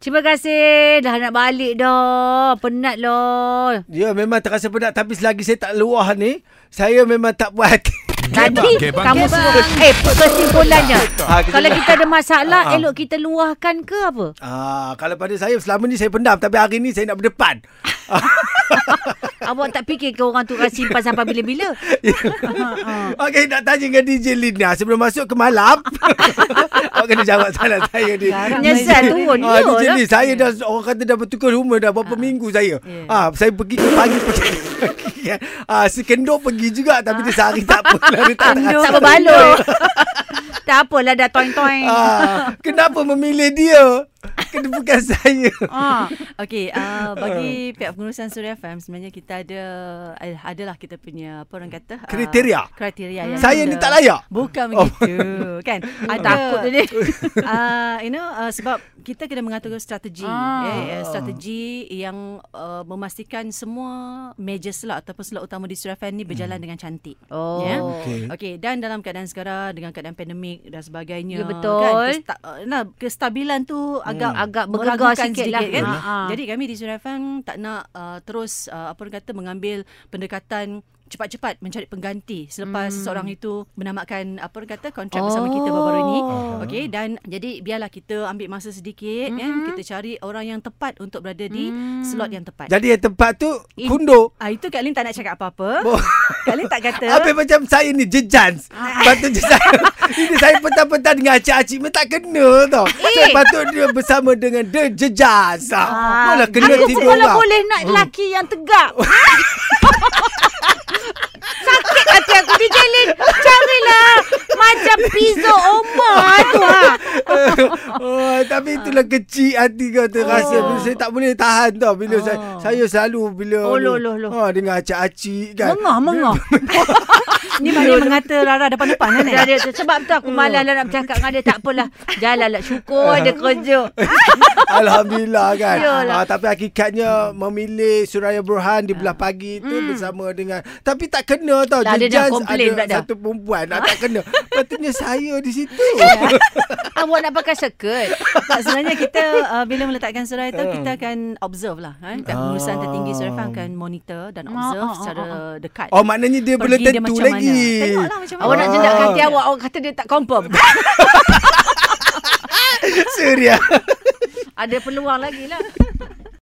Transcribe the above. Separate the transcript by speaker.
Speaker 1: Terima kasih. Dah nak balik dah. Penat lah.
Speaker 2: Ya memang terasa penat Tapi selagi saya tak luah ni Saya memang tak buat
Speaker 1: Tadi
Speaker 3: Okey, bang.
Speaker 1: kamu
Speaker 3: Okey,
Speaker 1: suruh. Eh, kesimpulannya.
Speaker 2: Ah, kita
Speaker 1: Kalau
Speaker 2: tak-
Speaker 1: kita ada masalah,
Speaker 2: Ah.
Speaker 1: elok kita luahkan ke apa?
Speaker 2: Ah, kalau pada saya selama ni saya pendam tapi hari ni saya nak berdepan.
Speaker 1: Awak tak fikir ke orang tu akan simpan sampai bila-bila? Hmm.
Speaker 2: Okey nak tanya dengan DJ Lina sebelum masuk ke malam. awak kena jawab salah saya ni.
Speaker 4: Garang
Speaker 1: Menyesal
Speaker 2: DJ
Speaker 1: turun
Speaker 2: Ah,
Speaker 1: dia
Speaker 2: DJ
Speaker 1: lah.
Speaker 2: Lina saya dah orang kata dah bertukar rumah dah berapa minggu saya. Ah, saya pergi ke pagi pergi. ah, si Kendo pergi juga tapi dia sehari tak pula dia tak
Speaker 1: Tak
Speaker 2: tak-
Speaker 1: berbaloi. tak apalah dah toing-toing.
Speaker 2: Ah, kenapa memilih dia? Kenapa bukan saya?
Speaker 1: Ah.
Speaker 4: Okey, uh, bagi pihak pengurusan Suria FM sebenarnya kita ada ad- adalah kita punya apa orang kata ah,
Speaker 2: Kriteria. Hmm.
Speaker 4: kriteria
Speaker 1: Ya.
Speaker 4: yang
Speaker 2: Saya
Speaker 4: kita-
Speaker 2: ni tak layak.
Speaker 4: Bukan
Speaker 2: Oh.
Speaker 4: begitu kan. Ada
Speaker 1: ah, takut tadi.
Speaker 4: uh, you know uh, sebab kita kena mengatur strategi
Speaker 1: Ah.
Speaker 4: eh, eh, strategi yang uh, memastikan semua major slot ataupun slot utama di Suria FM ni
Speaker 2: Hmm.
Speaker 4: berjalan dengan cantik.
Speaker 1: Oh.
Speaker 4: Ya?
Speaker 2: Okey.
Speaker 4: Okey, dan dalam keadaan sekarang dengan keadaan pandemik dan sebagainya
Speaker 1: Ya, betul.
Speaker 4: kan kesta- uh, nah, kestabilan tu agak
Speaker 1: Hmm. Agak bergegar
Speaker 4: meragukan
Speaker 1: sikit lah.
Speaker 4: kan.
Speaker 1: Ha, ha.
Speaker 4: Jadi kami di Suria FM tak nak uh, terus uh, apa orang kata mengambil pendekatan cepat-cepat mencari pengganti selepas hmm. seorang itu menamatkan apa orang kata kontrak oh. bersama kita baru-baru ini.
Speaker 1: Oh.
Speaker 4: Okey dan jadi biarlah kita ambil masa sedikit hmm.
Speaker 1: Mm-hmm.
Speaker 4: kan kita cari orang yang tepat untuk berada di hmm. slot yang tepat.
Speaker 2: Jadi yang tempat tu kundo.
Speaker 4: Ah itu Kak Lin tak nak cakap apa-apa.
Speaker 2: Bo-
Speaker 4: Kak Lin tak kata.
Speaker 2: Habis macam saya ni jejans.
Speaker 1: Ah.
Speaker 2: Patut je saya. Ini saya petang-petang dengan acik-acik ni tak kena tau.
Speaker 1: Eh.
Speaker 2: Saya patut dia bersama dengan The Jejans. Ah, Malah kena Hmm.
Speaker 1: Aku
Speaker 2: tiga
Speaker 1: kalau
Speaker 2: orang.
Speaker 1: boleh nak lelaki yang tegak. Sakit hati aku DJ Lin. Carilah macam pizza Omar tu ha.
Speaker 2: oh, tapi itulah kecil hati kau terasa. Oh. Saya tak boleh tahan tau. Bila oh. saya, saya selalu bila
Speaker 1: Oh,
Speaker 2: ni,
Speaker 1: loh, loh, loh.
Speaker 2: Ha, dengan acik-acik kan.
Speaker 1: Mengah, mengah.
Speaker 4: Ni mana mengata Rara depan-depan kan?
Speaker 1: Dah dia tu. Sebab tu aku malas lah nak bercakap dengan dia. Tak apalah. Jalan lah.
Speaker 2: Ah.
Speaker 1: Syukur dia kerja.
Speaker 2: Alhamdulillah kan.
Speaker 1: Yalah.
Speaker 2: Ah, tapi hakikatnya memilih Suraya Burhan di belah pagi tu bersama dengan tapi tak kena tau.
Speaker 1: Ah. Hmm. Dah, dia dah
Speaker 2: Jejans
Speaker 1: complain pula dah.
Speaker 2: ada satu perempuan ah, tak kena. Patutnya saya di situ.
Speaker 1: Awak nak pakai sekut.
Speaker 4: Tak sebenarnya kita uh, bila meletakkan surai itu kita akan observe lah kan. Pihak pengurusan tertinggi surai FM akan monitor dan observe
Speaker 1: Ah, ah,
Speaker 4: secara dekat.
Speaker 2: Oh maknanya dia
Speaker 4: Pergi
Speaker 2: belum
Speaker 4: dia
Speaker 2: tentu
Speaker 4: macam
Speaker 2: lagi.
Speaker 4: mana. Tengoklah macam mana.
Speaker 1: Awak nak jendak
Speaker 2: Eh. Ah.
Speaker 1: hati awak. Awak kata dia tak confirm.
Speaker 2: Surya.
Speaker 1: Ada peluang lagi lah.